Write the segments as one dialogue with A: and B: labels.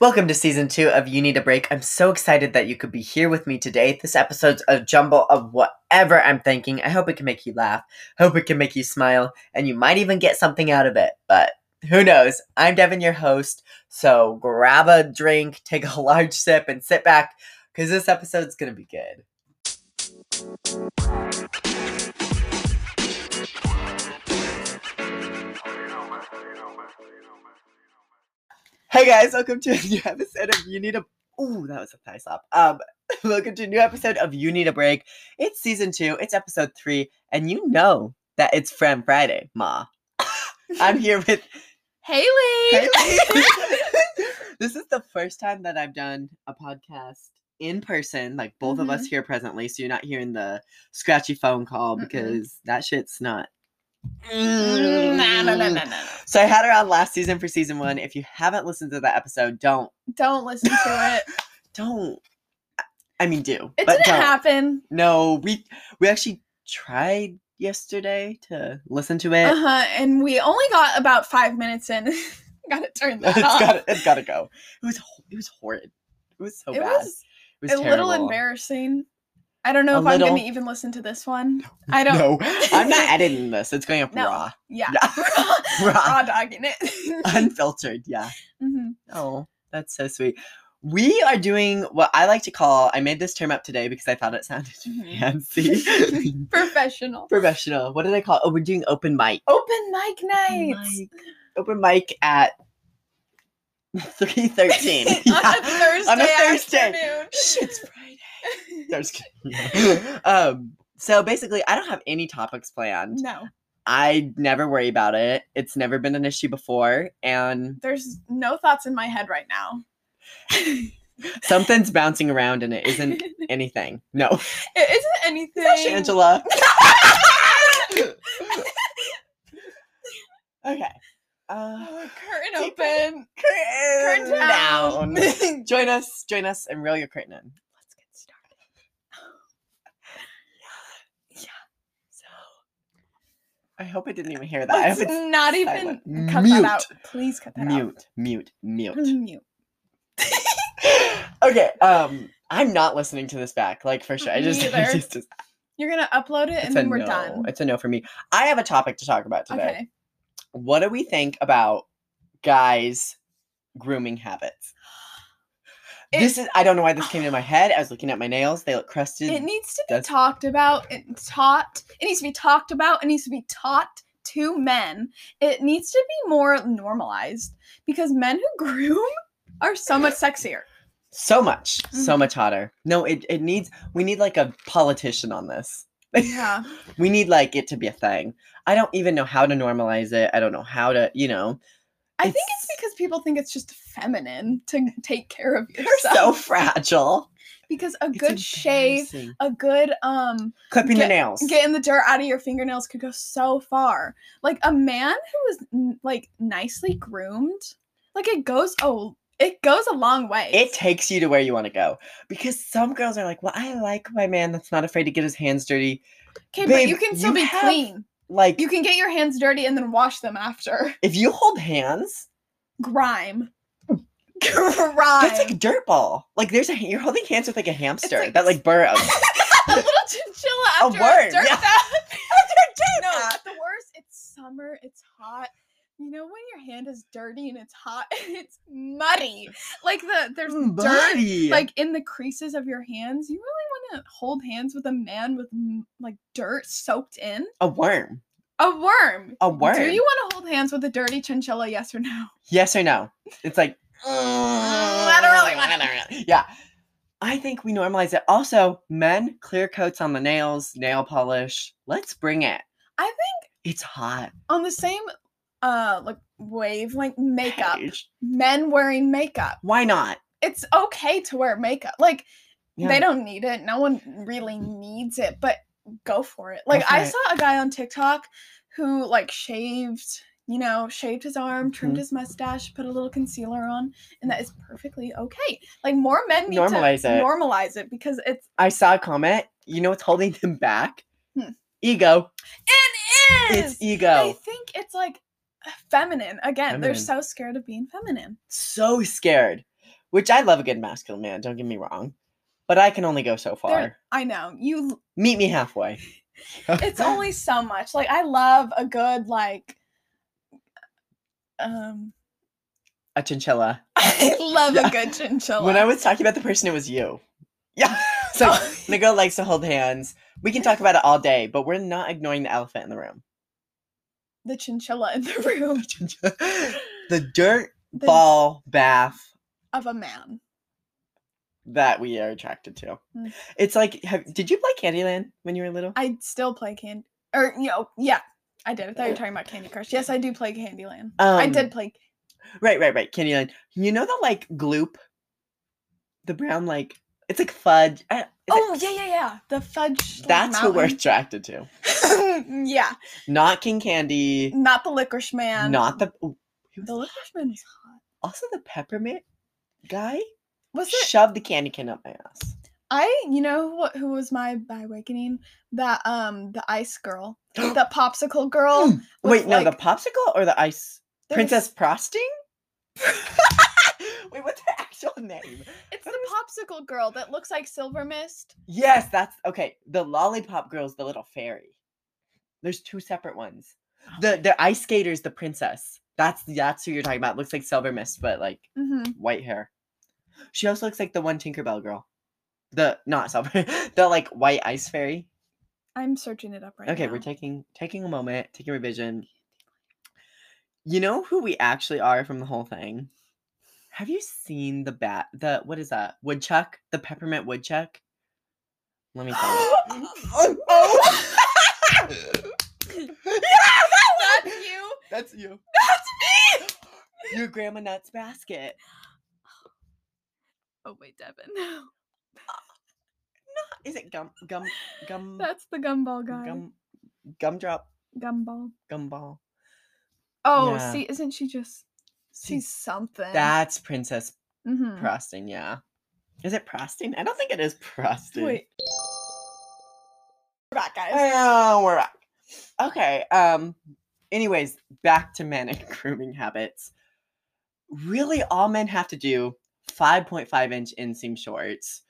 A: Welcome to season two of You Need a Break. I'm so excited that you could be here with me today. This episode's a jumble of whatever I'm thinking. I hope it can make you laugh, hope it can make you smile, and you might even get something out of it. But who knows? I'm Devin, your host. So grab a drink, take a large sip, and sit back because this episode's going to be good. Hey guys, welcome to a new episode of You Need a Ooh, that was a thigh slap. Um, welcome to a new episode of You Need a Break. It's season two, it's episode three, and you know that it's Fran Friday, Ma. I'm here with
B: Haley.
A: Haley. this is the first time that I've done a podcast in person, like both of us here presently, so you're not hearing the scratchy phone call
B: Mm-hmm. Mm-mm.
A: because that shit's not.
B: Mm, nah, nah, nah, nah, nah, nah.
A: So I had her on last season for season one. If you haven't listened to that episode, don't,
B: Don't listen to it.
A: don't. I mean, do,
B: It
A: but
B: didn't
A: don't.
B: happen.
A: No, we we actually tried yesterday to listen to it.
B: Uh huh. And we only got about five minutes in. Gotta turn that
A: it's
B: off.
A: got it's got to go. It was ho- it was horrid. It was so
B: it
A: bad.
B: was
A: it was
B: a little
A: terrible.
B: embarrassing. I don't know
A: A
B: if I'm gonna
A: little.
B: even listen to this one. I don't.
A: No, I'm not editing this. It's going up
B: No.
A: raw,
B: Yeah.
A: Yeah. raw,
B: Raw dogging it.
A: unfiltered. Yeah.
B: hmm
A: Oh, that's so sweet. We are doing what I like to call. I made this term up today because I thought it sounded
B: Mhm.
A: fancy,
B: Professional.
A: professional. What did I call? It? Oh, we're doing open mic.
B: Open mic nights.
A: mic. Open mic at three thirteen.
B: on a Thursday,
A: On a Thursday.
B: afternoon.
A: Shit's Friday. No, just kidding. um, so basically, I don't have any topics planned.
B: no,
A: I never worry about it. It's never been an issue before, and
B: there's no thoughts in my head right now.
A: something's bouncing around, and it isn't anything. No,
B: It isn't anything.
A: Gosh, Angela. okay. Uh,
B: Oh, curtain
A: Keep
B: open.
A: curtain
B: down.
A: join us. Join us and reel your curtain in.
B: Let's get started.
A: So, I hope I didn't even hear that. I
B: Let's
A: hope it's
B: not even
A: silent.
B: cut that out. Please cut that
A: mute, mute,
B: out.
A: mute.
B: Mute.
A: okay. Um, I'm not listening to this back. Like for sure. I
B: Me
A: just, I
B: either.
A: just-
B: You're gonna upload it
A: it's
B: and
A: a
B: then we're
A: no.
B: done.
A: It's a no for me. I have a topic to talk about today.
B: Okay.
A: What do we think about guys' grooming habits? this is I don't know why this came to my head. I was looking at my nails. They look crusted.
B: It needs to be
A: That's-
B: talked about and taught. It needs to be talked about. It needs to be taught to men. It needs to be more normalized because men who groom are so much sexier.
A: so much. So
B: Mhm.
A: much hotter. No, it, it needs we need like a politician on this.
B: Yeah.
A: we need like it to be a thing. I don't even know how to normalize it. I don't know how to, you know.
B: I think it's
A: It's-
B: because people think it's just feminine to take care of
A: They're so
B: yourself.
A: fragile.
B: because a
A: It's
B: good shave
A: embarrassing.
B: a good um
A: clipping
B: get-
A: the nails.
B: getting the dirt out of your fingernails could go so far like a man who is n- like nicely groomed like it goes oh it goes a long way
A: it takes you to where you want to go because some girls are like, "Well, I like my man that's not afraid to get his hands dirty."
B: okay but you
A: babe,
B: can still
A: you
B: be
A: have-
B: clean
A: Like,
B: you can get your hands dirty and then wash them after
A: if you hold hands,
B: grime grime
A: that's like a dirt ball. Like, there's a you're holding hands with like a hamster
B: like-
A: that like burrows.
B: a little chinchilla
A: A
B: after
A: worm,
B: dirt
A: yeah.
B: bath. no,
A: bath.
B: the worst. It's summer. It's hot. You know when your hand is dirty and it's hot and it's muddy. Like the there's
A: Mm,
B: dirt
A: Buddy.
B: like in the creases of your hands. You really want to hold hands with a man with m- like dirt soaked in
A: a worm.
B: a worm.
A: A worm.
B: Do you want to hold hands with a dirty chinchilla? Yes or no?
A: Yes or no? It's like
B: Mm, I don't really wanna know."
A: Yeah. I think we normalize it. Also, men, clear coats on the nails, nail polish. Let's bring it.
B: I think
A: It's hot.
B: on the same uh like wave like makeup.
A: Paige.
B: Men wearing makeup.
A: Why not?
B: It's okay to wear makeup. Like
A: Yeah.
B: They don't need it. No one really needs it, but go for it. Like
A: for
B: I
A: it.
B: saw a guy on TikTok who like shaved, you know, shaved his arm, trimmed
A: Mhm.
B: his mustache, put a little concealer on, and that is perfectly okay. Like more men need
A: Normalize
B: to
A: it.
B: normalize it because it's
A: I saw a comment. You know what's holding them back?
B: Hmm.
A: Ego.
B: it is.
A: It's ego.
B: I think it's like feminine again. They're
A: Feminine.
B: so scared of being feminine.
A: So scared. which I love a good masculine man, don't get me wrong. But I can only go so far.
B: There- I know. You
A: Meet me halfway.
B: it's only so much. Like I love a good like um
A: a chinchilla.
B: I love
A: Yeah.
B: a good chinchilla.
A: When I was talking about the person, it was you. Yeah. So
B: Oh.
A: Nicole likes to hold hands. We can talk about it all day, but we're not ignoring the elephant in the room.
B: the chinchilla in the room
A: the dirt
B: The-
A: ball bath
B: of a man.
A: that we are attracted to.
B: Mm.
A: It's like, have, did you play Candyland when you were little?
B: I still play candy or you know, yeah. I did. I thought you were talking about Candy Crush. Yes, I do play Candyland. I
A: Um,
B: did play
A: Right, right, right. Candyland. You know the like gloop, the brown like it's like fudge. I- is
B: Oh yeah, yeah, yeah. The fudge.
A: it-
B: like,
A: that's who we're
B: mountain.
A: attracted to.
B: yeah,
A: Not King Candy.
B: not the licorice man.
A: Not the ooh, who
B: the
A: was-
B: licorice man was hot.
A: also the peppermint guy
B: Was it?
A: shoved the candy cane up my ass.
B: I, you know what? Who was my by awakening? That um, the ice girl, the popsicle girl.
A: Mm.
B: with,
A: Wait, no, the
B: like,
A: popsicle or the ice
B: there was-
A: princess prosting? Wait, what's the actual name?
B: It's the popsicle girl that looks like silver mist.
A: Yes, that's okay. The lollipop girl's the little fairy. There's two separate ones. The the ice skater's the princess. That's that's who you're talking about. Looks like Silver Mist, but like
B: Mm-hmm.
A: white hair. She also looks like the one Tinkerbell girl. The not Silver, the like white ice fairy.
B: I'm searching it up right now.
A: Okay, we're taking taking a moment, taking revision. You know who we actually are from the whole thing? Have you seen the bat the what is that? Woodchuck? The peppermint woodchuck? Let me find it.
B: Oh, That's you.
A: That's you.
B: That's me.
A: Your grandma nuts basket.
B: Oh wait, Devin. No,
A: Is it gum gum gum
B: that's the gumball guy.
A: gum gumdrop
B: gumball.
A: gumball?
B: Oh,
A: Yeah.
B: see, isn't she just?
A: See,
B: She's something.
A: That's Princess
B: Mhm.
A: Prosting, yeah. Is it Prosting? I don't think it is Prosting.
B: Wait. We're back, guys.
A: Oh, we're back. Okay. Um. Anyways, back to men and grooming habits. Really, all men have to do: five point five inch inseam shorts,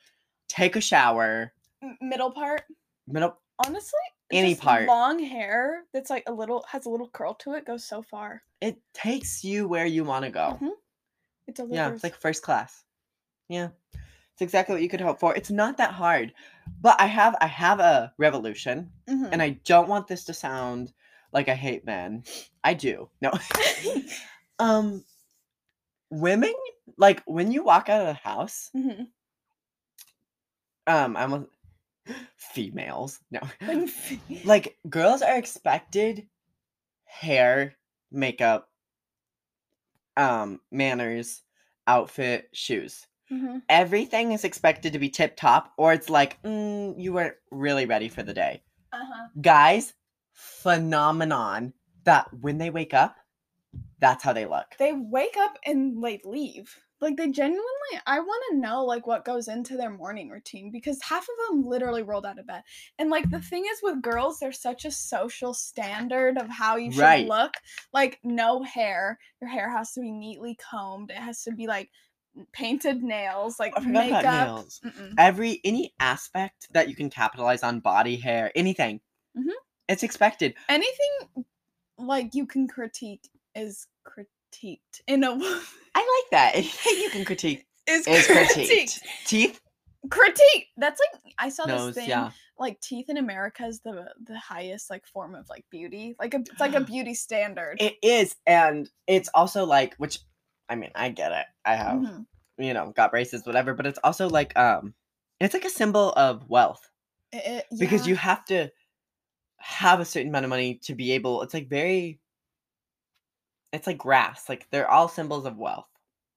A: take a shower,
B: M- middle part,
A: middle.
B: honestly,
A: Any
B: just
A: part.
B: Long hair that's like a little has a little curl to it goes so far.
A: It takes you where you want to go.
B: Mhm. It delivers.
A: Yeah, it's like first class. Yeah, it's exactly what you could hope for. It's not that hard, but I have I have a revolution,
B: Mhm.
A: and I don't want this to sound like I hate men. I do. No. Um, women like when you walk out of the house.
B: Mhm.
A: Um, I'm a- females. No,
B: When fe-
A: like girls are expected hair, makeup, um, manners, outfit, shoes.
B: Mhm.
A: Everything is expected to be tip top, or it's like mm, you weren't really ready for the day.
B: Uh-huh.
A: Guys, phenomenon that when they wake up, that's how they look.
B: They wake up and like leave. Like they genuinely, I want to know like what goes into their morning routine because half of them literally rolled out of bed. And like the thing is with girls, there's such a social standard of how you should
A: Right.
B: look. Like no hair, your hair has to be neatly combed. It has to be like painted nails, like
A: Oh, I forgot about
B: makeup.
A: nails.
B: Mm-mm.
A: every any aspect that you can capitalize on body hair anything
B: Mhm.
A: it's expected
B: Anything like you can critique is critiqued in a
A: i like that anything you can critique
B: is,
A: is
B: critiqued.
A: critiqued teeth
B: critique. That's like I saw
A: nose
B: this thing.
A: yeah
B: Like teeth in America is the the highest like form of like beauty. Like a, it's like a beauty standard.
A: it is and it's also like which i mean i get it i have
B: Mhm.
A: you know got braces whatever but it's also like um it's like a symbol of wealth
B: It- it-
A: because
B: yeah.
A: you have to have a certain amount of money to be able it's like very it's like grass like they're all symbols of wealth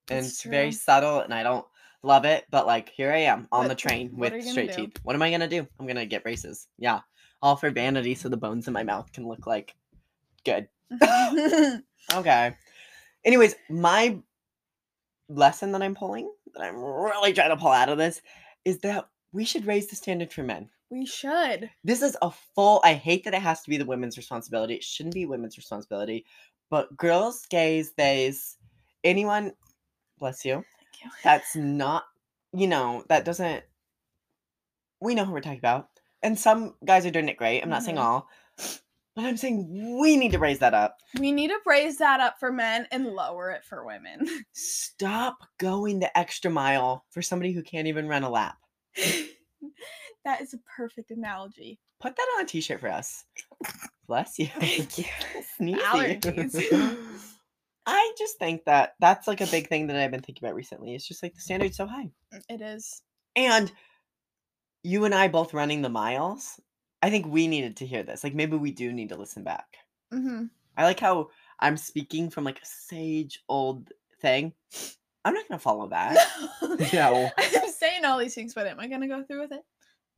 A: and
B: It's
A: it's very
B: true.
A: subtle and i don't love it but like here i am on
B: What-
A: the train
B: what are
A: with
B: you gonna
A: straight
B: do?
A: teeth what am i gonna do i'm gonna get braces yeah all for vanity so the bones in my mouth can look like good
B: Mhm.
A: okay anyways my lesson that i'm pulling that i'm really trying to pull out of this is that we should raise the standard for men
B: we should.
A: this is a full i hate that it has to be the women's responsibility it shouldn't be women's responsibility but girls gays theys anyone bless you
B: ridiculous.
A: That's not, you know, that doesn't. We know who we're talking about. And some guys are doing it great. I'm not saying
B: Mhm.
A: all, but I'm saying we need to raise that up.
B: We need to raise that up for men and lower it for women.
A: Stop going the extra mile for somebody who can't even run a lap.
B: that is a perfect analogy.
A: Put that on a t shirt for us. Bless you.
B: Thank you.
A: Sneezy.
B: Allergies.
A: I just think that that's like a big thing that I've been thinking about recently. It's just like the standard's so high.
B: It is.
A: And you and I both running the miles, I think we needed to hear this. Like maybe we do need to listen back.
B: hmm
A: I like how I'm speaking from like a sage old thing. I'm not gonna follow that. No.
B: I'm saying all these things, but am I gonna go through with it?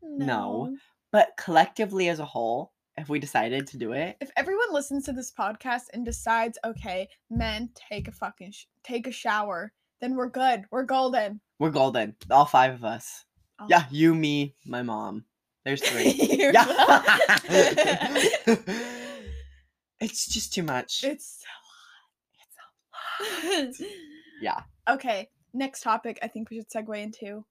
A: No. But collectively as a whole, if we decided to do it,
B: If everyone listens to this podcast and decides, okay, men take a fucking sh- take a shower, then we're good. We're golden.
A: we're golden. All five of us.
B: Oh.
A: Yeah, you, me, my mom. There's three.
B: You're
A: yeah.
B: welcome.
A: it's just too much.
B: it's so hot. It's so hot.
A: Yeah.
B: Okay. Next topic. I think we should segue into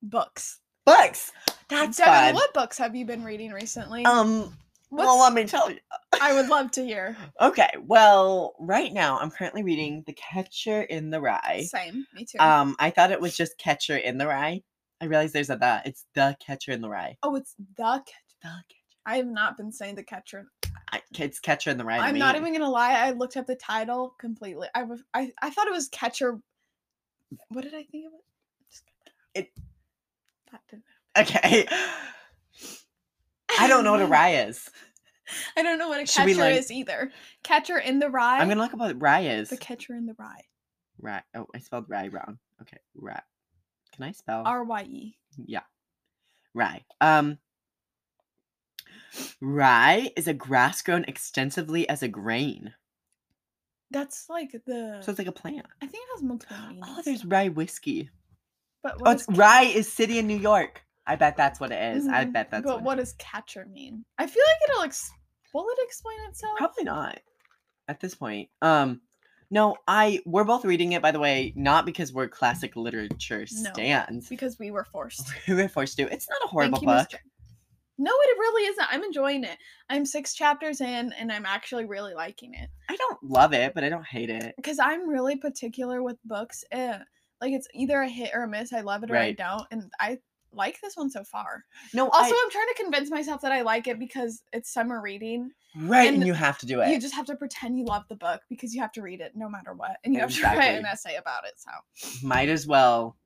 B: books.
A: Books. That's
B: Devin,
A: fun.
B: what books have you been reading recently?
A: Um.
B: What's- Oh.
A: Well, let me tell you.
B: I would love to hear.
A: Okay. Well, right now I'm currently reading The Catcher in the Rye.
B: Same. Me too.
A: Um, I thought it was just Catcher in the Rye. I realized there's a that. It's The Catcher in the Rye.
B: oh, it's the catch.
A: The Catcher.
B: I have not been saying the catcher.
A: I, it's Catcher in the Rye. to
B: I'm not
A: me.
B: even gonna lie. I looked up the title completely. I was- I, I thought it was catcher. What did I think of it? Just cut that out.
A: It-
B: That didn't.
A: Okay. I don't know what a rye is.
B: I don't know what a
A: Should
B: catcher
A: we, like-
B: is either. Catcher in the rye.
A: I'm gonna look up what rye is.
B: the catcher in the rye.
A: Rye. Oh, I spelled rye wrong. Okay, rye. Can I spell?
B: R Y E.
A: Yeah. Rye. Um Rye is a grass grown extensively as a grain.
B: That's like the.
A: So it's like a plant.
B: I think it has multiple meanings.
A: Oh, there's rye whiskey.
B: But
A: Oh,
B: what
A: it's
B: does
A: rye is city in New York. I bet that's what it is. I
B: Mhm.
A: bet that's
B: But
A: what
B: what does catcher mean? I feel like it'll ex- will it explain itself?
A: Probably not at this point. Um no, I we're both reading it by the way, not because we're classic literature
B: No.
A: stands.
B: Because we were forced.
A: We were forced to. It's not a
B: Thank
A: horrible
B: you,
A: book.
B: Miss Jo- No, it really isn't. I'm enjoying it. I'm six chapters in, and I'm actually really liking it
A: I don't love it, but I don't hate it.
B: because I'm really particular with books. Eh, like it's either a hit or a miss. I love it or
A: Right.
B: I don't, and I like this one so far.
A: No,
B: Also,
A: I,
B: I, am trying to convince myself that I like it because it's summer reading.
A: right, and,
B: and
A: you have to do it.
B: You just have to pretend you love the book because you have to read it no matter what, and you have to write an
A: Exactly.
B: essay about it. So
A: might as well,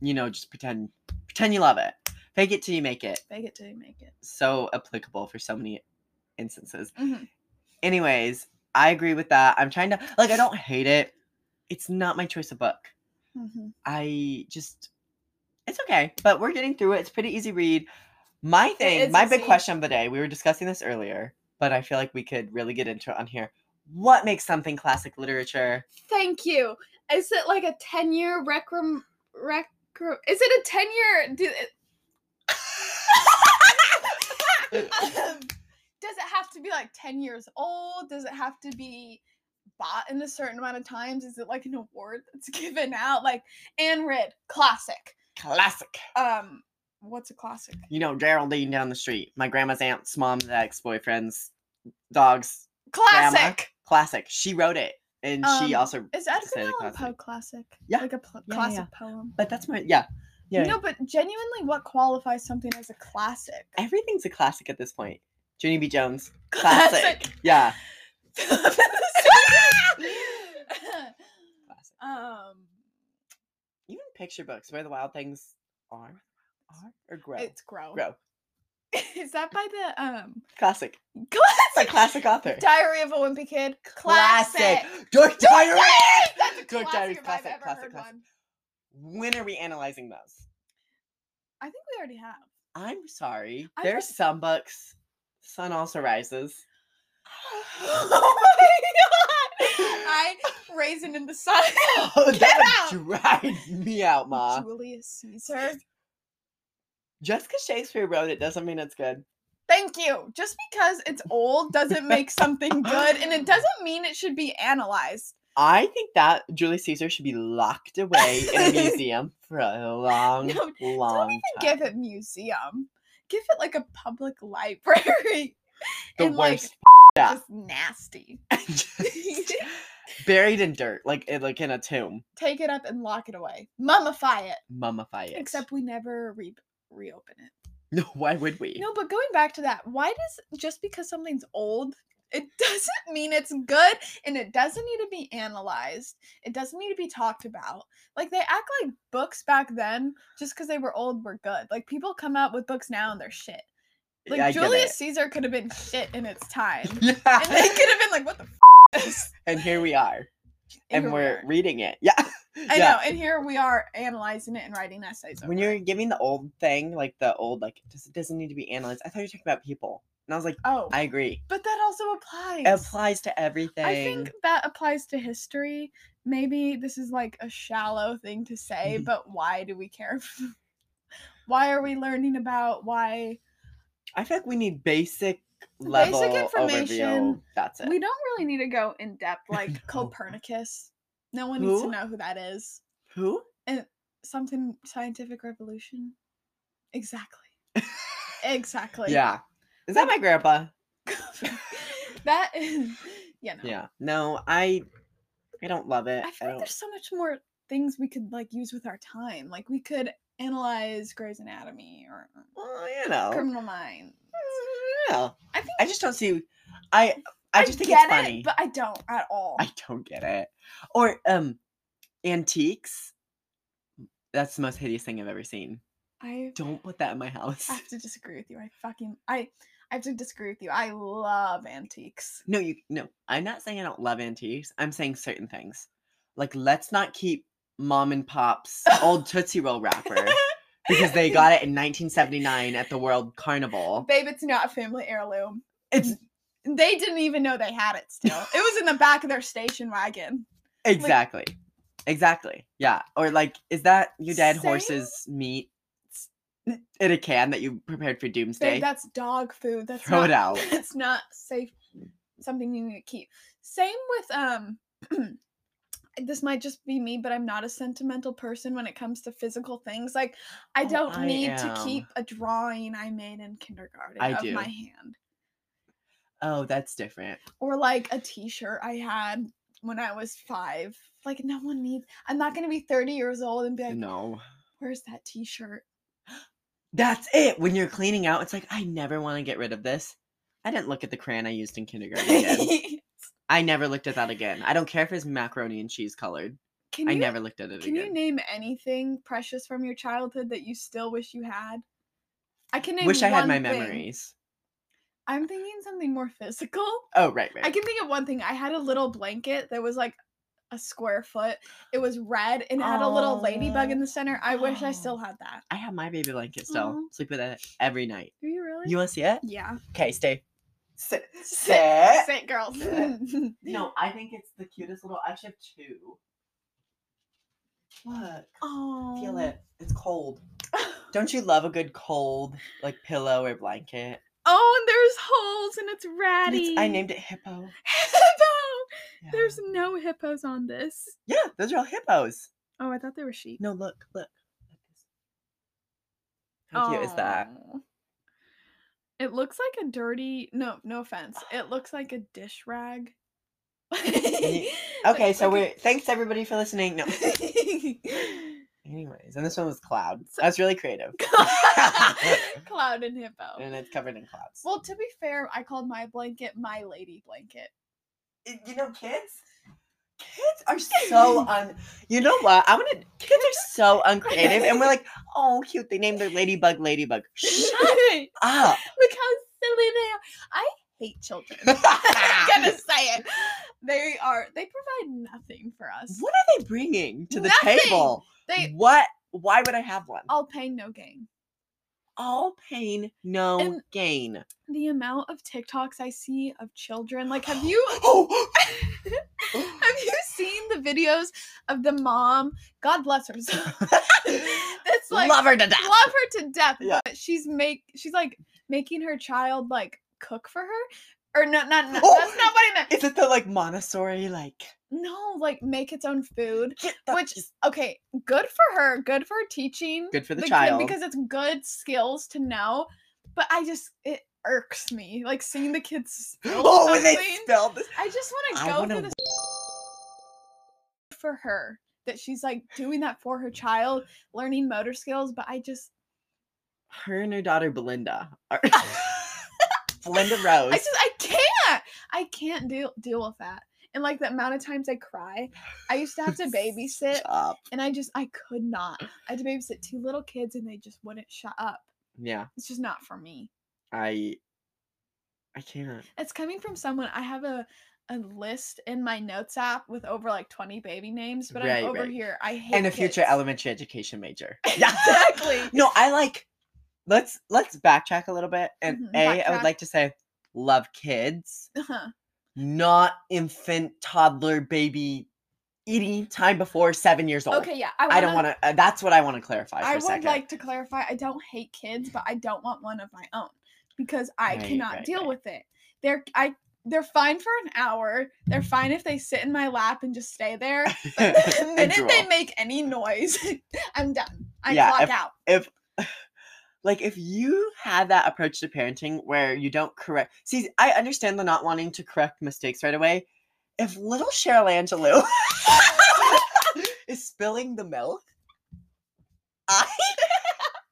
A: you know, just pretend pretend you love it. Fake it till you make it.
B: fake it till you make it.
A: So applicable for so many instances.
B: Mhm.
A: Anyways, I agree with that. I'm trying to like I don't hate it. It's not my choice of book.
B: Mhm.
A: I just it's okay, but we're getting through it. It's pretty easy read. My thing,
B: is
A: my big
B: easy.
A: question of the day, we were discussing this earlier, but I feel like we could really get into it on here. What makes something classic literature?
B: Thank you. Is it like a 10 year recrum rec is it a 10 year do Does it have to be like 10 years old? Does it have to be bought in a certain amount of times? Is it like an award that's given out like Anne Ridd, classic.
A: Classic.
B: Um what's a classic?
A: you know, Geraldine down the street, my grandma's aunt's mom's ex boyfriend's dog's
B: Classic.
A: classic. She wrote it, and she
B: Um,
A: also.
B: Is
A: Just
B: Edgar
A: say the
B: Allan Poe
A: classic.
B: classic?
A: Yeah.
B: Like a pl-
A: Yeah, yeah,
B: classic
A: yeah.
B: poem.
A: But that's my yeah, yeah.
B: No, but genuinely what qualifies something as a classic?
A: Everything's a classic at this point. Junie B. Jones, classic. Yeah, classic.
B: um,
A: Even picture books, where the wild things are, are or grow,
B: it's grow.
A: grow.
B: Is that by the um
A: Classic. It's a
B: classic
A: classic author.
B: Diary of a Wimpy Kid?
A: Dark Diary.
B: That's a
A: Dark
B: classic
A: Diary,
B: if
A: classic,
B: I've ever
A: classic,
B: heard
A: classic.
B: one.
A: When are we analyzing those?
B: I think we already have.
A: I'm sorry.
B: I
A: There's some books. Sun also rises.
B: oh my god! I raisin in the sun.
A: Oh,
B: Get
A: that
B: out!
A: drives me out, Ma.
B: Julius Caesar.
A: Just because Shakespeare wrote it doesn't mean it's good.
B: Thank you. Just because it's old doesn't make something good, and it doesn't mean it should be analyzed.
A: I think that Julius Caesar should be locked away in a museum for a long,
B: No, don't
A: long
B: even
A: time.
B: give it museum. Give it like a public library.
A: the
B: and, like,
A: worst
B: Just nasty.
A: Just buried in dirt, like in, like in a tomb,
B: Take it up and lock it away. Mummify it.
A: mummify it.
B: Except we never re- reopen it.
A: no, why would we?
B: No, but going back to that, why does just because something's old, it doesn't mean it's good and it doesn't need to be analyzed. It doesn't need to be talked about. Like they act like books back then just because they were old were good. Like people come out with books now and they're shit. Like
A: I get
B: Julius Caesar could have been shit in its time.
A: it. Yeah.
B: and they could have been like, what the f is this?
A: and here we are,
B: And
A: and,
B: here we
A: we're
B: are.
A: reading it. Yeah,
B: I
A: yeah.
B: know, and here we are analyzing it and writing essays.
A: When
B: over
A: you're
B: it.
A: giving the old thing, like the old, like it does- it doesn't need to be analyzed. I thought you were talking about people, and I was like,
B: oh,
A: I agree.
B: but that also applies.
A: It applies to everything.
B: I think that applies to history. Maybe this is like a shallow thing to say,
A: Mhm.
B: but why do we care? why are we learning about why
A: I feel like we need basic level
B: information.
A: Overview. That's it.
B: we don't really need to go in depth like
A: No.
B: Copernicus. No one needs to
A: Who?
B: know who that is.
A: Who?
B: Something scientific revolution. Exactly. Exactly.
A: yeah. Is that my grandpa?
B: that is yeah, no.
A: Yeah. No, I I don't love it.
B: I
A: I
B: feel like
A: don't-
B: there's so much more things we could like use with our time. Like we could analyze Grey's Anatomy or
A: well, you know.
B: Criminal Minds.
A: mm, yeah.
B: I think
A: I just don't see I I just think
B: get
A: it's funny.
B: it, but I don't at all.
A: I don't get it. Or um antiques. That's the most hideous thing I've ever seen.
B: I
A: Don't put that in my house.
B: I have to disagree with you. I fucking I I have to disagree with you. I love antiques.
A: No, you no. I'm not saying I don't love antiques. I'm saying certain things. Like let's not keep mom and pop's old Tootsie Roll wrapper because they got it in 1979 at the World Carnival.
B: Babe, it's not a family heirloom.
A: It's
B: They didn't even know they had it still. It was in the back of their station wagon.
A: Exactly. exactly. Yeah. Or like, is that your dead
B: Same.
A: horse's meat in a can that you prepared for doomsday?
B: Babe, that's dog food. That's
A: Throw
B: not,
A: it out.
B: It's not safe. Something you need to keep. Same with um. this might just be me, but I'm not a sentimental person when it comes to physical things. Like I
A: Oh,
B: don't
A: I
B: need to
A: am.
B: keep a drawing I made in kindergarten
A: I
B: of
A: do.
B: my hand,
A: oh, that's different.
B: or like a T-shirt I had when I was five. Like no one needs. I'm not gonna be 30 years old and be like,
A: No.
B: "Where's that T-shirt?"
A: That's it. When you're cleaning out, it's like, I never want to get rid of this. I didn't look at the crayon I used in kindergarten again. I never looked at that again. I don't care if it's macaroni and cheese colored.
B: Can
A: I
B: you
A: never looked at it
B: Can you
A: again.
B: name anything precious from your childhood that you still wish you had? I can name
A: Wish I had my
B: one thing.
A: memories.
B: I'm thinking something more physical.
A: Oh, right, right.
B: I can think of one thing. I had a little blanket that was like a square foot. It was red and it had a little ladybug in the center. I wish I still had that.
A: I have my baby blanket still.
B: Aw.
A: Sleep with it every night.
B: Do you really?
A: You want to see it?
B: yeah.
A: Okay, stay. Sit.
B: Sit, sit girl.
A: Sit. No, I think it's the cutest little. I actually have two. Look,
B: Oh.
A: feel it. It's cold. Don't you love a good cold like pillow or blanket?
B: Oh, and there's holes and it's
A: And
B: ratty.
A: it's- I named it hippo.
B: hippo.
A: Yeah.
B: There's no hippos on this.
A: yeah, those are all hippos.
B: Oh, I thought they were sheep.
A: No, look, look. How cute is that?
B: Aw. Oh. It looks like a dirty. No, no offense. It looks like a dish rag.
A: Okay, so
B: Like
A: we're thanks everybody for listening. No, anyways, and this one was cloud. That's really creative,
B: a- Cloud and hippo.
A: and it's covered in clouds.
B: Well, to be fair, I called my blanket my lady blanket.
A: it- you know, kids, kids are so un. You know what? I want to. Kids are so uncreative, and we're like, oh, cute. They named their ladybug ladybug. Shut
B: Look
A: up.
B: how silly they are. I hate children.
A: Ah.
B: I'm gonna say it. They are. They provide nothing for us.
A: What are they bringing to the
B: Nothing.
A: table?
B: They
A: what? Why would I have one?
B: all pain, no gain.
A: All pain, no
B: And-
A: gain.
B: the amount of TikToks I see of children. Like, have you
A: Oh,
B: have you seen the videos of the mom? God bless her. soul, that's like
A: love her to death.
B: love her to death.
A: Yeah.
B: But she's make she's like making her child like cook for her Or no, not, no,
A: Oh!
B: that's not what I meant.
A: Is it the like Montessori like
B: No, like make its own food.
A: get the-
B: Which okay, good for her. Good for teaching
A: good for the,
B: kid
A: child?
B: because it's good skills to know. But I just it irks me like seeing the kids spill
A: oh, when they
B: something.
A: spelled this.
B: I just want
A: I
B: to go
A: wanna
B: through this for her that she's like doing that for her child, learning motor skills. But I just,
A: Her and her daughter Belinda are Belinda Rose.
B: I just, I can't, I can't deal deal with that. And like the amount of times I cry, I used to have to babysit,
A: Stop.
B: and I just, I could not. I had to babysit two little kids, and they just wouldn't shut up.
A: Yeah,
B: It's just not for me.
A: I I can't.
B: It's coming from someone. I have a a list in my notes app with over like twenty baby names, but
A: Right,
B: I'm over
A: right.
B: here. I hate
A: And a future
B: kids.
A: elementary education major.
B: Exactly.
A: No, I like let's let's backtrack a little bit. And
B: Mhm,
A: A, I
B: backtrack.
A: would like to say love kids,
B: Uh-huh.
A: not infant, toddler, baby, eating time before seven years old.
B: Okay, yeah. I,
A: I don't want to. Uh, that's what I want to clarify. For
B: I
A: a
B: would
A: second.
B: like to clarify. I don't hate kids, but I don't want one of my own because I
A: Right,
B: cannot
A: right,
B: deal
A: right.
B: with it. They're I they're fine for an hour. They're fine if they sit in my lap and just stay there. But the
A: And
B: minute they
A: drool.
B: make any noise, I'm done. I
A: Yeah,
B: clock
A: if-
B: out.
A: like if you had that approach to parenting where you don't correct. See, I understand the not wanting to correct mistakes right away. If little Cheryl Angelou is spilling the milk, I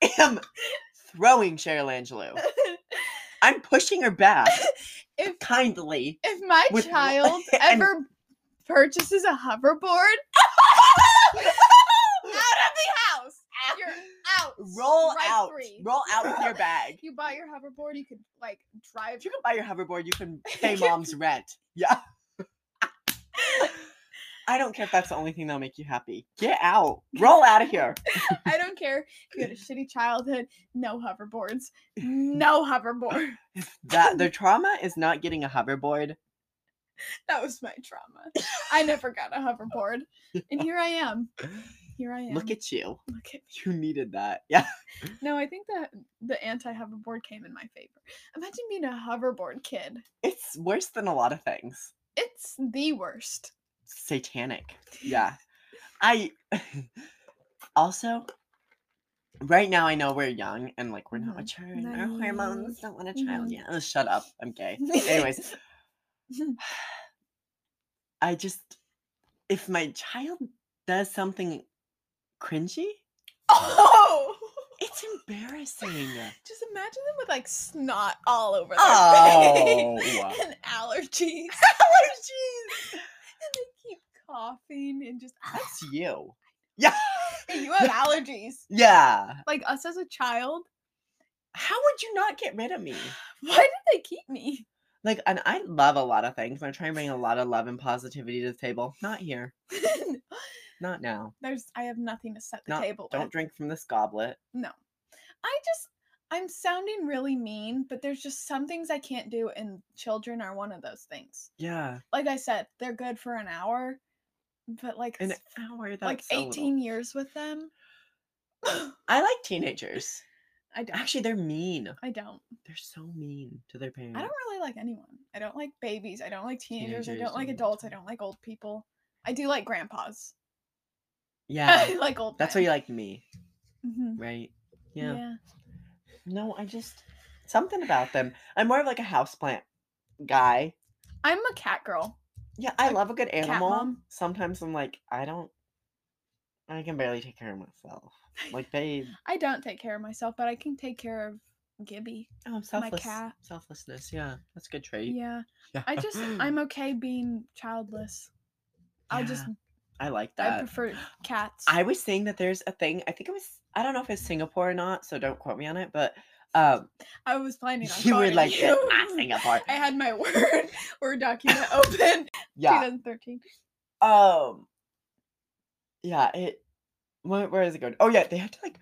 A: am throwing Cheryl Angelou. I'm pushing her back
B: if
A: kindly.
B: if my
A: With-
B: child
A: and-
B: ever purchases a hoverboard out of the house, you're out.
A: Roll
B: Strike
A: out.
B: three.
A: Roll out with your bag.
B: You buy your hoverboard, you could like drive
A: If you can buy your hoverboard, you can pay mom's rent. Yeah. I don't care if that's the only thing that'll make you happy. Get out. Roll out of here.
B: I don't care if you had a shitty childhood. No hoverboards. No hoverboard.
A: That the trauma is not getting a hoverboard.
B: That was my trauma. I never got a hoverboard, and here I am. Here I am.
A: Look at you.
B: Look at
A: You needed that. Yeah.
B: no. I think that the anti-hoverboard came in my favor. Imagine being a hoverboard kid.
A: It's worse than a lot of things.
B: It's the worst.
A: Satanic. Yeah. I also right now I know we're young and like we're not
B: Mhm.
A: mature and our hormones
B: Naive.
A: don't want a child
B: Mhm.
A: yet. Oh, shut up. I'm gay. Anyways, I just if my child does something cringy,
B: oh.
A: it's embarrassing.
B: Just imagine them with like snot all over their
A: Oh.
B: face and allergies.
A: Allergies.
B: and they keep coughing and just
A: That's you. Yeah.
B: "Hey, you have allergies
A: Yeah.
B: like us as a child
A: How would you not get rid of me?
B: why did they keep me
A: Like, and I love a lot of things. and I try and bring a lot of love and positivity to the table. Not here. Not now.
B: there's i have nothing to set the
A: Not,
B: table
A: don't
B: with.
A: drink from this goblet.
B: no i just i'm sounding really mean but there's just some things i can't do and children are one of those things
A: Yeah.
B: like i said they're good for an hour but like
A: An
B: s-
A: hour. That's
B: like
A: a little-
B: 18 years with them i
A: I like teenagers.
B: don't
A: Actually, they're mean.
B: i don't
A: They're so mean to their parents.
B: I don't really like anyone. I don't like babies. I don't like teenagers. I
A: Teenagers,
B: don't like
A: don't-
B: adults. I don't like old people. I do like grandpas.
A: Yeah.
B: I like old.
A: That's why you like me,
B: hmm
A: right?
B: Yeah.
A: Yeah. No, I just something about them. I'm more of like a houseplant guy.
B: I'm a cat girl.
A: Yeah, I
B: A
A: love a good animal.
B: mom?
A: Sometimes I'm like, I don't I can barely take care of myself. Like babe.
B: I don't take care of myself, but I can take care of Gibby.
A: Oh, selfless.
B: cat.
A: Selflessness. Yeah. That's a good trait.
B: Yeah. I just I'm okay being childless. I just
A: I like
B: I
A: that.
B: prefer cats.
A: uh, I was saying that there's a thing. I think it was I don't know if it's Singapore or not, so don't quote me on it, but um
B: I was planning on
A: you were
B: quoting
A: like
B: you.
A: "Ah, Singapore.
B: I had my word word document open.
A: Yeah.
B: 2013.
A: um yeah it where, where is it going oh yeah they had to like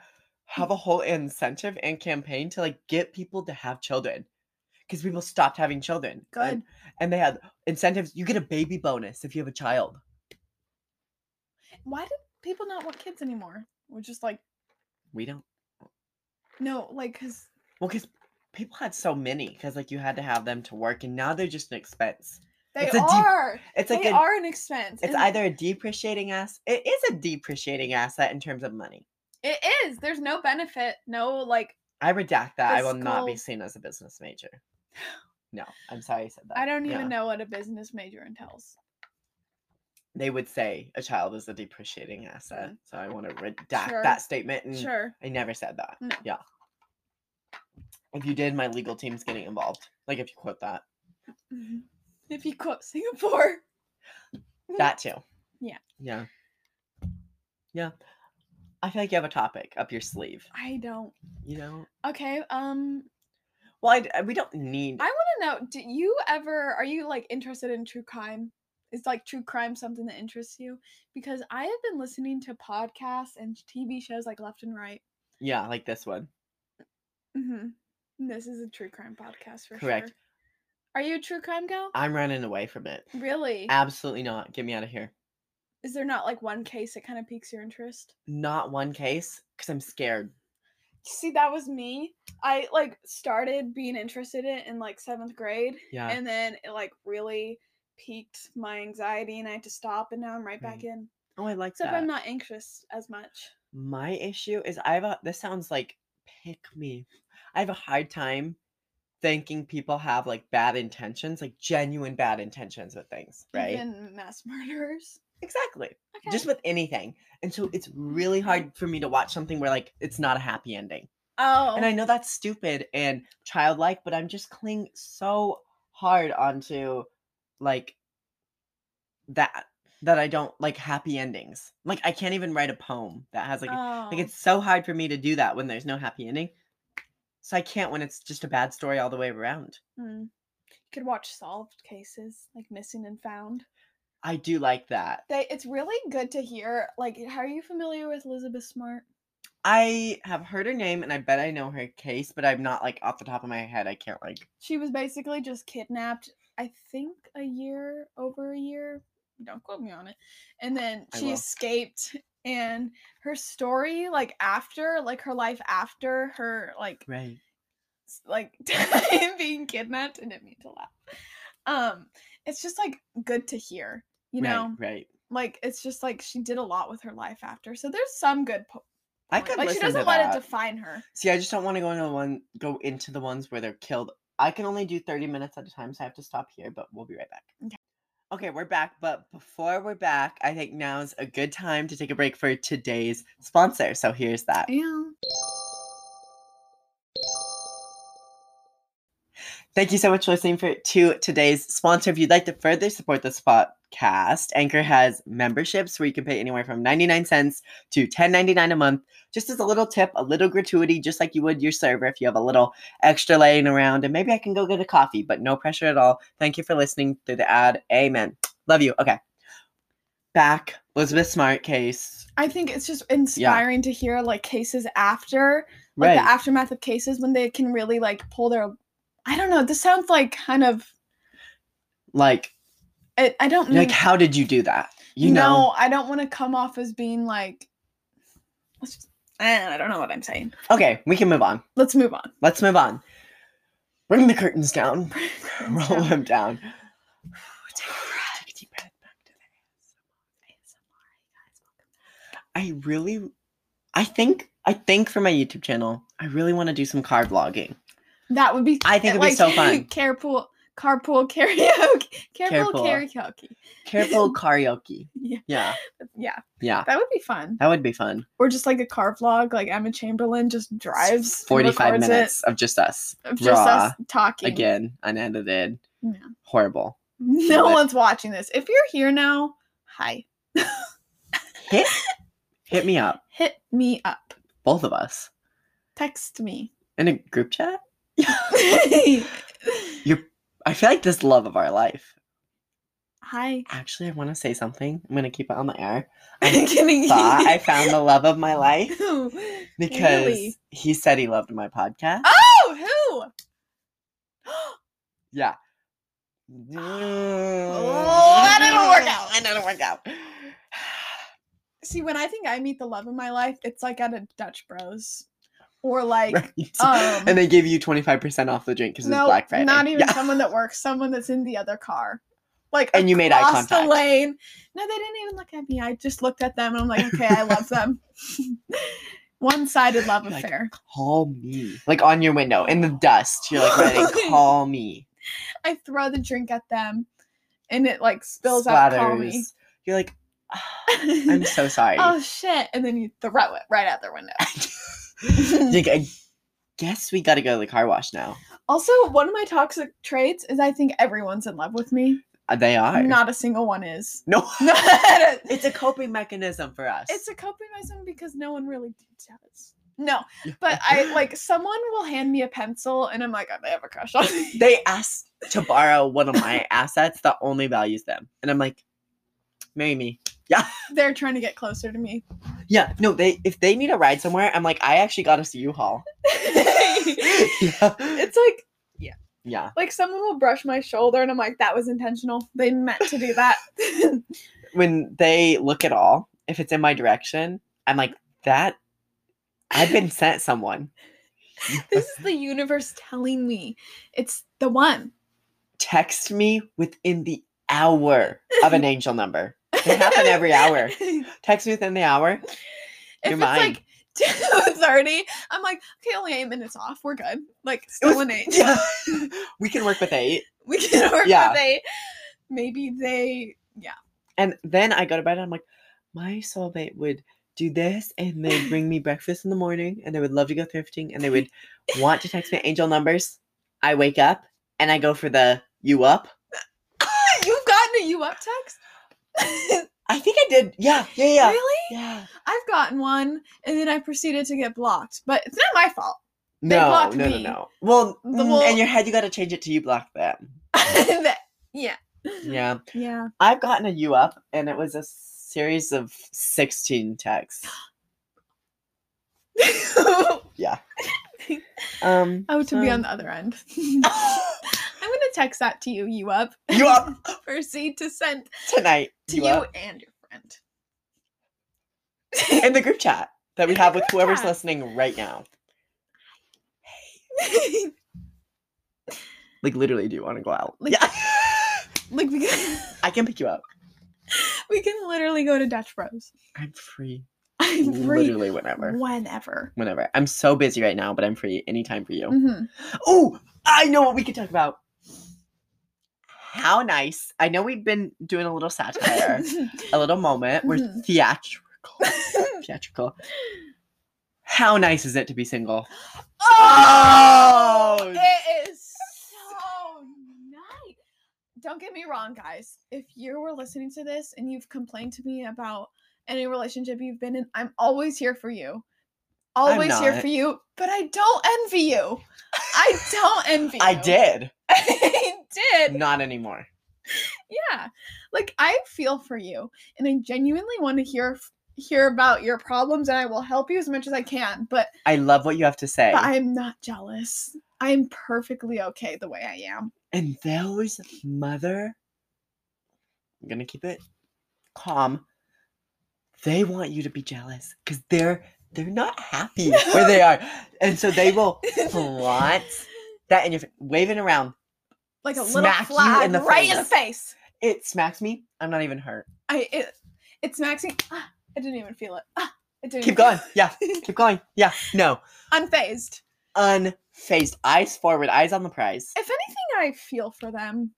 A: have a whole incentive and campaign to like get people to have children because people stopped having children
B: Good.
A: and, and they had incentives you get a baby bonus if you have a child
B: Why did people not want kids anymore? We're just like
A: we don't
B: no, like because
A: well because people had so many because like you had to have them to work, and now they're just an expense.
B: They
A: It's a deep-
B: are.
A: It's like
B: they
A: a,
B: are an expense.
A: it's
B: and
A: either a depreciating ass. It is a depreciating asset in terms of money.
B: It is. There's no benefit. No, like
A: I redact that. I will not be
B: Fiscal-
A: seen as a business major. No, I'm sorry I said that.
B: I don't even
A: No.
B: know what a business major entails.
A: They would say a child is a depreciating asset, so I want to redact
B: Mm, Sure.
A: that statement. And
B: Sure.
A: I never said that.
B: No.
A: Yeah. If you did, my legal team's getting involved. Like if you quote that,
B: Mhm. If you quote Singapore.
A: that too.
B: Yeah.
A: Yeah. Yeah. I feel like you have a topic up your sleeve.
B: I don't.
A: You know.
B: Okay. Um
A: Well, I d- I- we don't need.
B: I want to know, do you ever are you like interested in true crime? Is like true crime something that interests you? Because I have been listening to podcasts and TV shows like left and right.
A: yeah, like this one.
B: Mhm. This is a true crime podcast for
A: Correct.
B: sure. Are you a true crime gal?
A: I'm running away from it.
B: Really?
A: Absolutely not. Get me out of here.
B: Is there not like one case that kind of piques your interest?
A: Not one case because I'm scared.
B: See, that was me. I like started being interested in it in like seventh grade,
A: Yeah.
B: and then it like really piqued my anxiety, and I had to stop, and now I'm right back
A: Right.
B: in.
A: oh, I like
B: Except
A: that.
B: I'm not anxious as much.
A: My issue is I have a. This sounds like pick me. I have a hard time thinking people have like bad intentions, like genuine bad intentions with things, right?
B: Even mass murderers.
A: Exactly.
B: Okay.
A: Just with anything. And so it's really
B: Mm-hmm.
A: hard for me to watch something where like it's not a happy ending.
B: oh,
A: And I know that's stupid and childlike, but I'm just cling so hard onto like that that I don't like happy endings. Like I can't even write a poem that has like a-
B: oh.
A: like it's so hard for me to do that when there's no happy ending. So I can't when it's just a bad story all the way around.
B: Mm. You could watch solved cases like missing and found.
A: I do like that.
B: They, it's really good to hear. Like, how are you familiar with Elizabeth Smart?
A: I have heard her name and I bet I know her case, but I'm not like off the top of my head. I can't like
B: She was basically just kidnapped, I think a year, over a year. Don't quote me on it. And then
A: I
B: she
A: will.
B: escaped and her story like after like her life after her like
A: right.
B: s- like time being kidnapped I didn't mean to laugh. Um it's just like good to hear, you know?
A: right, right.
B: Like it's just like she did a lot with her life after. So there's some good po-
A: I
B: point.
A: could
B: like
A: listen
B: she doesn't
A: to
B: let
A: that.
B: it define her.
A: See, I just don't want to go into the one go into the ones where they're killed. I can only do 30 minutes at a time, so I have to stop here, but we'll be right back.
B: Okay.
A: Okay, we're back, but before we're back, I think now's a good time to take a break for today's sponsor. So here's that.
B: Yeah.
A: Thank you so much for listening for, to today's sponsor. If you'd like to further support this podcast, Anchor has memberships where you can pay anywhere from 99 cents to 10.99 a month, just as a little tip, a little gratuity, just like you would your server if you have a little extra laying around. And maybe I can go get a coffee, but no pressure at all. Thank you for listening through the ad. Amen. Love you. Okay. Back, Elizabeth Smart case.
B: I think it's just inspiring to hear like cases after like the aftermath of cases when they can really like pull their I don't know, this sounds like kind of
A: like,
B: I, I don't
A: like,
B: mean-
A: how did you do that? You
B: Mm-hmm. no,
A: know.
B: I don't want to come off as being like let's just eh, I don't know what I'm saying.
A: Okay, we can move on.
B: Let's move on.
A: Let's move on. Bring the curtains down.
B: curtains
A: Roll
B: down.
A: them down.
B: Take a breath.
A: Take a deep breath back to the ASMR. I really, I think, I think for my YouTube channel, I really want to do some car vlogging.
B: That would be
A: I think it'd be so fun.
B: Carpool carpool karaoke. Carpool
A: Carpool.
B: karaoke.
A: Careful karaoke.
B: Yeah.
A: Yeah,
B: Yeah.
A: yeah,
B: That would be fun.
A: that would be fun.
B: Or just like a car vlog, like Emma Chamberlain just drives and
A: Forty-five
B: records it
A: minutes of just us
B: of just us talking.
A: again, unedited,
B: Yeah.
A: horrible.
B: No
A: But-
B: one's watching this. If you're here now, hi.
A: Hit, hit me up,
B: Hit me up.
A: both of us,
B: Text me.
A: in a group chat. I feel like this love of our life.
B: hi.
A: Actually, I want to say something. I'm gonna keep it on the air.
B: I'm kidding.
A: Thought I found the love of my life
B: Who?
A: because
B: Really?
A: he said he loved my podcast.
B: Oh, who?
A: Yeah.
B: Oh, that didn't work out.
A: That didn't work out.
B: See, when I think I meet the love of my life, it's like at a Dutch Bros. or like
A: Right.
B: um,
A: and they give you 25% off the drink because it's Black Friday.
B: Not even
A: Yeah.
B: someone that works, someone that's in the other car. Like
A: And you made eye
B: across the
A: contact.
B: lane. No, they didn't even look at me. I just looked at them and I'm like, okay, I love them. One sided love
A: You're like,
B: affair.
A: Call me. Like on your window in the dust. You're like writing, call me.
B: I throw the drink at them and it like spills out call me.
A: Splatters. You're like, "Ah, I'm so sorry.
B: oh shit. And then you throw it right out their window.
A: like, I guess we gotta go to the car wash now.
B: Also, one of my toxic traits is I think everyone's in love with me.
A: Uh, They are.
B: Not a single one is.
A: no.
B: it's
A: It's a coping mechanism for us.
B: it's a coping mechanism because no one really does. No, but I like someone will hand me a pencil and I'm like, I have a crush on you.
A: they asked to borrow one of my assets that only values them. And I'm like, marry me.
B: They're trying to get closer to me.
A: Yeah, no, they if they need a ride somewhere, I'm like, I actually got us a U-Haul.
B: it's
A: yeah.
B: like
A: yeah.
B: like someone will brush my shoulder and I'm like, that was intentional. They meant to do that.
A: When they look at all, if it's in my direction, I'm like, that I've been sent someone.
B: this is the universe telling me it's the one.
A: Text me within the hour of an angel number. They happen every hour.
B: if
A: Text me within the hour.
B: it's
A: You're mine.
B: like 2:30, I'm like, okay, only eight minutes off. We're good. Like still
A: was-
B: an eight.
A: Yeah. we can work with eight.
B: We can work
A: Yeah.
B: with eight. Maybe they
A: And then I go to bed and I'm like, my soulmate would do this and they'd bring me breakfast in the morning and they would love to go thrifting and they would want to text me angel numbers. I wake up and I go for the you up.
B: You've gotten a you up text?
A: I think I did. Yeah. Yeah. Yeah.
B: Really?
A: Yeah.
B: I've gotten one, and then I proceeded to get blocked. But it's not my fault. They
A: No,
B: blocked
A: no, no,
B: me.
A: no. Well,
B: The
A: mm,
B: whole-
A: in your head, you got to change it to you block them.
B: yeah. Mm.
A: Yeah.
B: Yeah.
A: I've gotten a you up and it was a series of 16 texts. Yeah. Um,
B: I would Oh, to be
A: um,
B: on the other end. I'm gonna text that to you. You up?
A: you up
B: Proceed to send
A: tonight.
B: to you,
A: up.
B: and your friend.
A: in the group chat that we
B: In the
A: have with
B: group
A: whoever's
B: chat.
A: listening right now. Like literally, do you want to go out?
B: Like-
A: yeah,
B: like we can,
A: I can pick you up.
B: we can literally go to Dutch Bros.
A: I'm free.
B: I'm free
A: Literally whenever.
B: whenever.
A: Whenever. I'm so busy right now, but I'm free anytime for you.
B: Mhm.
A: Oh, I know what we could talk about. How nice. I know we've been doing a little satire,
B: Mm-hmm.
A: a little moment. We're
B: Mhm.
A: theatrical. theatrical. How nice is it to be single?
B: Oh,
A: Oh!
B: it is so nice. Don't get me wrong, guys. If you were listening to this and you've complained to me about any relationship you've been in, I'm always here for you.
A: I'm
B: Always here
A: not.
B: for you, but I don't envy you. I don't envy you.
A: I did.
B: I did.
A: Not anymore.
B: Yeah. Like I feel for you and I genuinely want to hear hear about your problems and I will help you as much as I can, but
A: I love what you have to say.
B: But I am not jealous. I am perfectly okay the way I am.
A: And those mother, I'm gonna keep it calm. They want you to be jealous because they're they're not happy where they are, and so they will flaunt that in your fa- waving around.
B: Like a little
A: Smack you
B: flag
A: in the
B: right in the face.
A: It smacks me. I'm not even hurt.
B: I it, it's maxing. Ah, I didn't even feel it. Ah, I didn't.
A: Keep
B: even
A: going. Yeah, keep going. Yeah, no,
B: feel it. Unfazed.
A: unfazed, eyes forward, eyes on the prize.
B: If anything, I feel for them.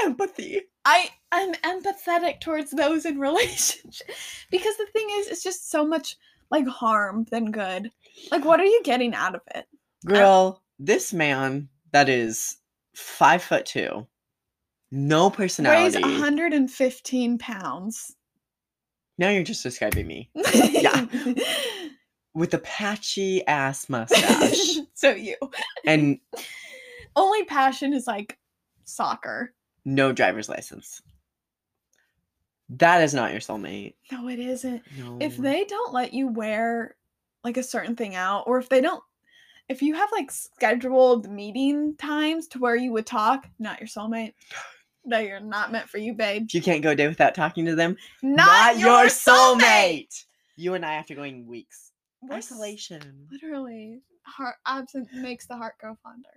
A: Empathy.
B: I am empathetic towards those in relationships because the thing is, it's just so much like harm than good. Like, what are you getting out of it?
A: Girl, this man that is five foot two, no
B: Weighs
A: personality.
B: 115 pounds.
A: Now you're just describing me Yeah. with a patchy ass mustache
B: so you.
A: and
B: only passion is like soccer.
A: no driver's license. That is not your soulmate.
B: No, it isn't.
A: No.
B: If they don't let you wear like a certain thing out, or if they don't, if you have like scheduled meeting times to where you would talk, not your soulmate. No, you're not meant for you, babe.
A: if you can't go a day without talking to them,
B: Not, your soulmate.
A: You and I after going weeks.
B: we're s-
A: Isolation.
B: Literally, heart absent makes the heart grow fonder.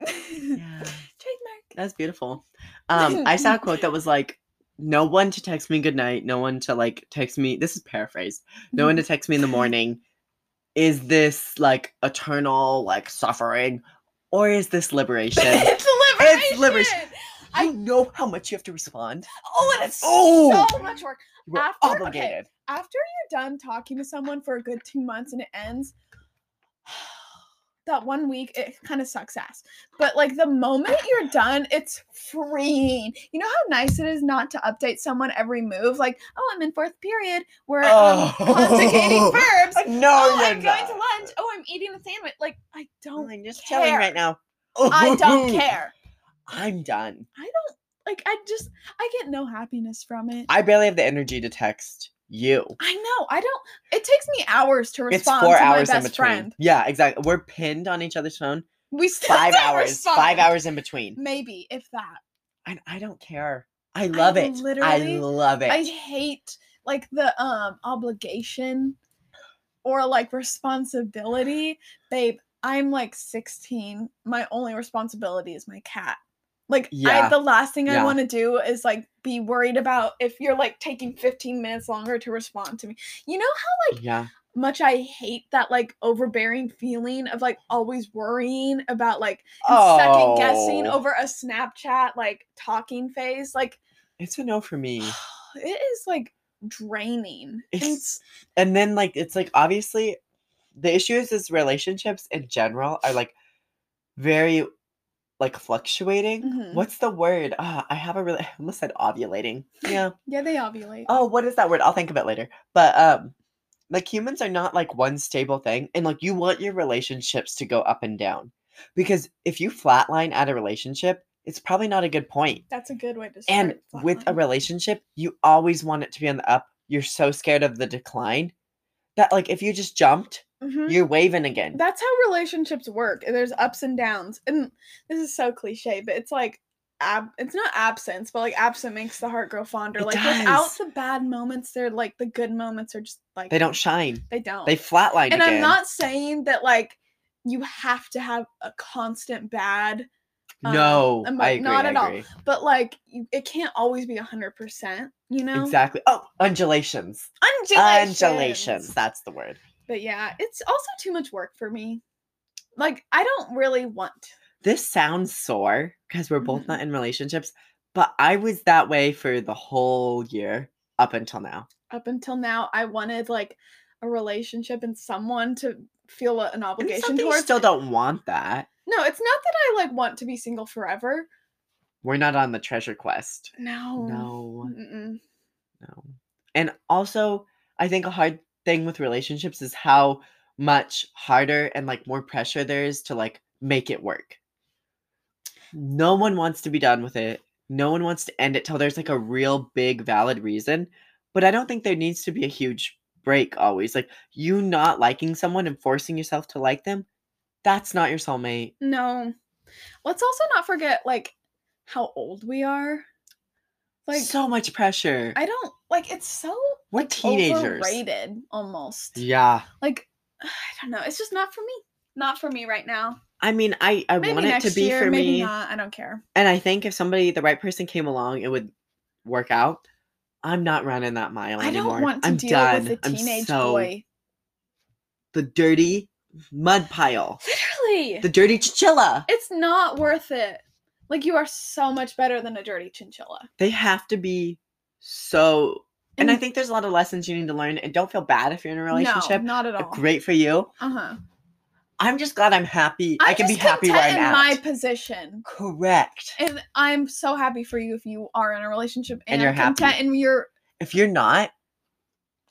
A: Yeah.
B: Trademark.
A: That's beautiful. Um, I saw a quote that was like, "No one to text me good night. No one to like text me." This is paraphrased. No one to text me in the morning. Is this like eternal like suffering, or is this liberation?
B: it's liberation.
A: It's liberation.
B: I-
A: I know how much you have to respond.
B: Oh, and it's
A: Oh!
B: so much work.
A: You are
B: After- okay.
A: obligated.
B: After you're done talking to someone for a good two months and it ends, that one week it kind of sucks ass. But like the moment you're done, it's freeing. You know how nice it is not to update someone every move. Like, oh, I'm in fourth period. We're um, conjugating verbs.
A: No,
B: Oh,
A: you're
B: I'm going
A: not.
B: to lunch. Oh, I'm eating a sandwich. Like, I don't.
A: I'm just
B: care.
A: chilling right now.
B: I don't care.
A: I'm done.
B: I don't like. I just. I get no happiness from it.
A: I barely have the energy to text you.
B: I know. I don't. It takes me hours to
A: It's
B: respond
A: four
B: to
A: hours
B: my
A: in
B: best
A: between.
B: friend.
A: Yeah, exactly. We're pinned on each other's phone.
B: We still
A: Five
B: don't
A: hours. Five
B: respond.
A: hours in between.
B: maybe, if that.
A: And I don't care. I love it. I
B: literally-
A: love it.
B: I hate like the um obligation or like responsibility, babe. I'm like 16. My only responsibility is my cat. Like I,
A: Yeah.
B: the last thing I
A: Yeah.
B: want to do is like be worried about if you're like taking 15 minutes longer to respond to me. You know how like
A: yeah.
B: much I hate that like overbearing feeling of like always worrying about like second guessing
A: Oh,
B: over a Snapchat like talking phase. Like
A: It's a no for me.
B: it is like draining. And
A: It's and then like it's like obviously the issue is is relationships in general are like very like fluctuating.
B: Mhm.
A: What's the word? Ah, I have a really I almost said ovulating. Yeah.
B: yeah, they ovulate.
A: oh, what is that word? I'll think of it later. But um like humans are not like one stable thing and like you want your relationships to go up and down. Because if you flatline at a relationship, it's probably not a good point.
B: That's a good way to start.
A: And with a
B: flatline.
A: relationship, you always want it to be on the up. You're so scared of the decline that like if you just jumped,
B: Mhm.
A: you're waving again.
B: that's how relationships work. and There's ups and downs, and this is so cliche, but it's like. Ab- it's not absence, but like absent makes the heart grow fonder.
A: It
B: like without
A: does.
B: the bad moments, they're like the good moments are just like
A: they don't shine.
B: They don't.
A: They flatline
B: Oh. and
A: again.
B: I'm not saying that like you have to have a constant bad, um,
A: no,
B: emo-
A: I agree,
B: not
A: I
B: at all.
A: agree.
B: but like you, it can't always be hundred percent. You know,
A: Exactly. Oh, undulations.
B: undulations.
A: That's the word.
B: But yeah, it's also too much work for me. Like I don't really want.
A: This sounds sore because we're both
B: Mhm.
A: not in relationships, but I was that way for the whole year up until now.
B: Up until now, I wanted like a relationship and someone to feel a- an
A: And it's not
B: obligation
A: that you
B: towards.
A: still don't want that.
B: no, it's not that I like want to be single forever.
A: We're not on the treasure quest.
B: No.
A: No.
B: Mm-mm.
A: No. And also, I think a hard thing with relationships is how much harder and like more pressure there is to like make it work. No one wants to be done with it. No one wants to end it till there's like a real big valid reason. But I don't think there needs to be a huge break always. Like you not liking someone and forcing yourself to like them, that's not your soulmate.
B: No. Let's also not forget like how old we are. Like
A: Like so much pressure.
B: I don't like it's so
A: We're teenagers.
B: overrated almost.
A: Yeah.
B: Like I don't know. It's just not for me. Not for me right now.
A: I mean, I I
B: Maybe
A: want it
B: next
A: to be
B: year,
A: for
B: maybe
A: me.
B: not. I don't care.
A: And I think if somebody, the right person came along, it would work out. I'm not running that mile
B: I
A: anymore.
B: don't want to
A: I'm
B: deal
A: done.
B: with a
A: I'm
B: teenage
A: so-
B: boy.
A: The dirty mud pile.
B: Literally.
A: The dirty chinchilla.
B: it's not worth it. Like you are so much better than a dirty chinchilla.
A: They have to be so. And I
B: Mm.
A: think there's a lot of lessons you need to learn. And don't feel bad if you're in a relationship.
B: No, not at
A: They're
B: all.
A: Great for you.
B: Uh-huh.
A: I'm just glad I'm happy. i
B: I'm
A: can be
B: just
A: happy where I'm
B: content in
A: at.
B: my position.
A: Correct.
B: And I'm so happy for you if you are in a relationship and,
A: And you're
B: I'm content
A: happy.
B: and you're
A: If you're not,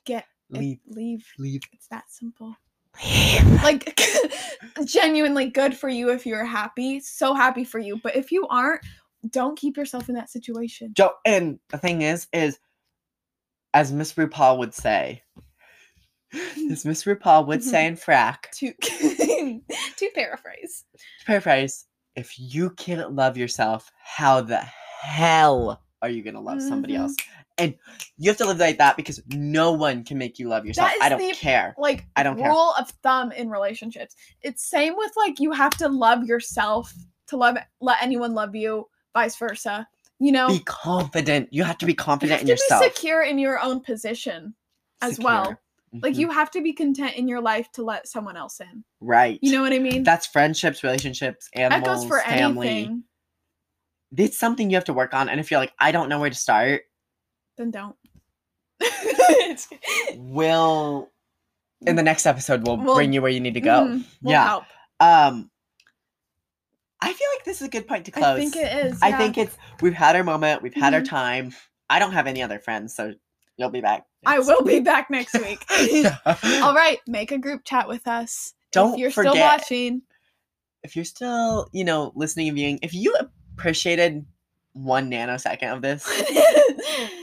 B: Get
A: leave,
B: leave.
A: leave,
B: It's that simple.
A: leave.
B: Like genuinely good for you if you're happy. So happy for you. But if you aren't, don't keep yourself in that situation.
A: Don't, and the thing is, is as Miss RuPaul would say, as Miss RuPaul would say
B: Mm-hmm.
A: in Frack,
B: To to paraphrase.
A: to paraphrase, if you can't love yourself, how the hell are you gonna love somebody
B: Mhm.
A: else? And you have to live like that because no one can make you love yourself.
B: is
A: I don't
B: the-
A: care.
B: like
A: I don't care.
B: rule of thumb in relationships. It's same with like you have to love yourself to love let anyone love you, vice versa. You know,
A: Be confident. You have to be
B: you
A: confident
B: have
A: in
B: to
A: yourself.
B: be secure in your own position as well.
A: Secure.
B: Like
A: Mhm.
B: you have to be content in your life to let someone else in.
A: Right.
B: You know what I mean?
A: that's friendships, relationships,
B: that
A: animals,
B: goes for
A: family.
B: anything.
A: It's something you have to work on. And if you're like, I don't know where to start,
B: Then don't.
A: we'll in the next episode we'll,
B: We'll-
A: bring you where you need to go.
B: Mhm, will
A: Yeah.
B: help.
A: Um I feel like this is a good point to close.
B: I think it is.
A: I
B: yeah.
A: think it's we've had our moment, we've had our
B: Mhm.
A: time. I don't have any other friends, so you'll be back.
B: I
A: next-
B: will be back next week.
A: Yeah.
B: All right, make a group chat with us.
A: don't
B: if you're
A: forget
B: still watching.
A: if you're still, you know, listening and viewing, if you appreciated one nanosecond of this,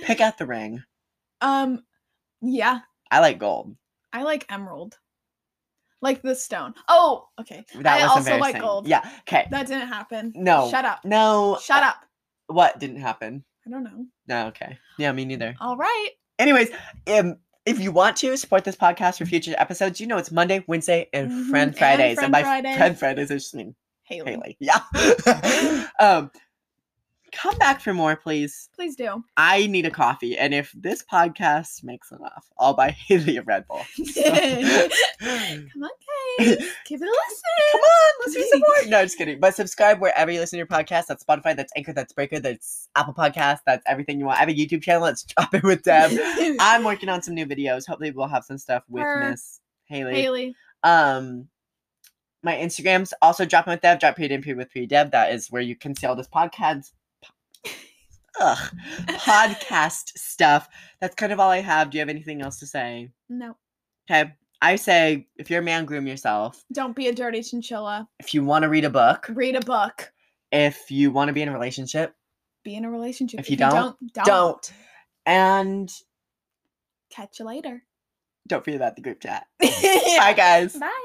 A: pick out the ring.
B: um, yeah,
A: I like gold.
B: I like emerald, like the stone. Oh, okay.
A: That
B: I
A: was
B: also like
A: embarrassing.
B: gold.
A: Yeah. Okay.
B: That didn't happen.
A: No.
B: Shut up.
A: No.
B: Shut
A: uh,
B: up.
A: What didn't happen?
B: I don't know.
A: No, okay. Yeah, me neither.
B: All right.
A: Anyways, um, if you want to support this podcast for future episodes, you know it's Monday, Wednesday, and
B: Mhm,
A: Friend
B: and
A: Fridays. And,
B: Friend
A: by
B: Friday.
A: Friend Fridays, I just mean
B: Haley,
A: Haley. Yeah. um, come back for more, please.
B: please do.
A: I need a coffee, and if this podcast makes enough, I'll buy Haley a Red Bull. Come
B: Come on, guys. Give it a listen.
A: on, let's be support. No, just kidding. But subscribe wherever you listen to your podcast. That's Spotify, that's Anchor, that's Breaker, that's Apple Podcast, that's everything you want. I have a YouTube channel. It's Drop It With Deb. I'm working on some new videos. Hopefully, we'll have some stuff with
B: Her.
A: Miss Haley.
B: Haley.
A: Um, my Instagrams also drop It with Deb, drop period and period with period Deb. That is where you can see all this podcast. po- Ugh, podcast stuff. That's kind of all I have. Do you have anything else to say?
B: No,
A: Okay. I say if you're a man, groom yourself.
B: don't be a dirty chinchilla.
A: If you want to read a book,
B: Read a book.
A: if you want to be in a relationship,
B: Be in a relationship.
A: If you don't,
B: don't,
A: don't. And
B: Catch you later.
A: don't forget about the group chat. Bye, guys.
B: Bye.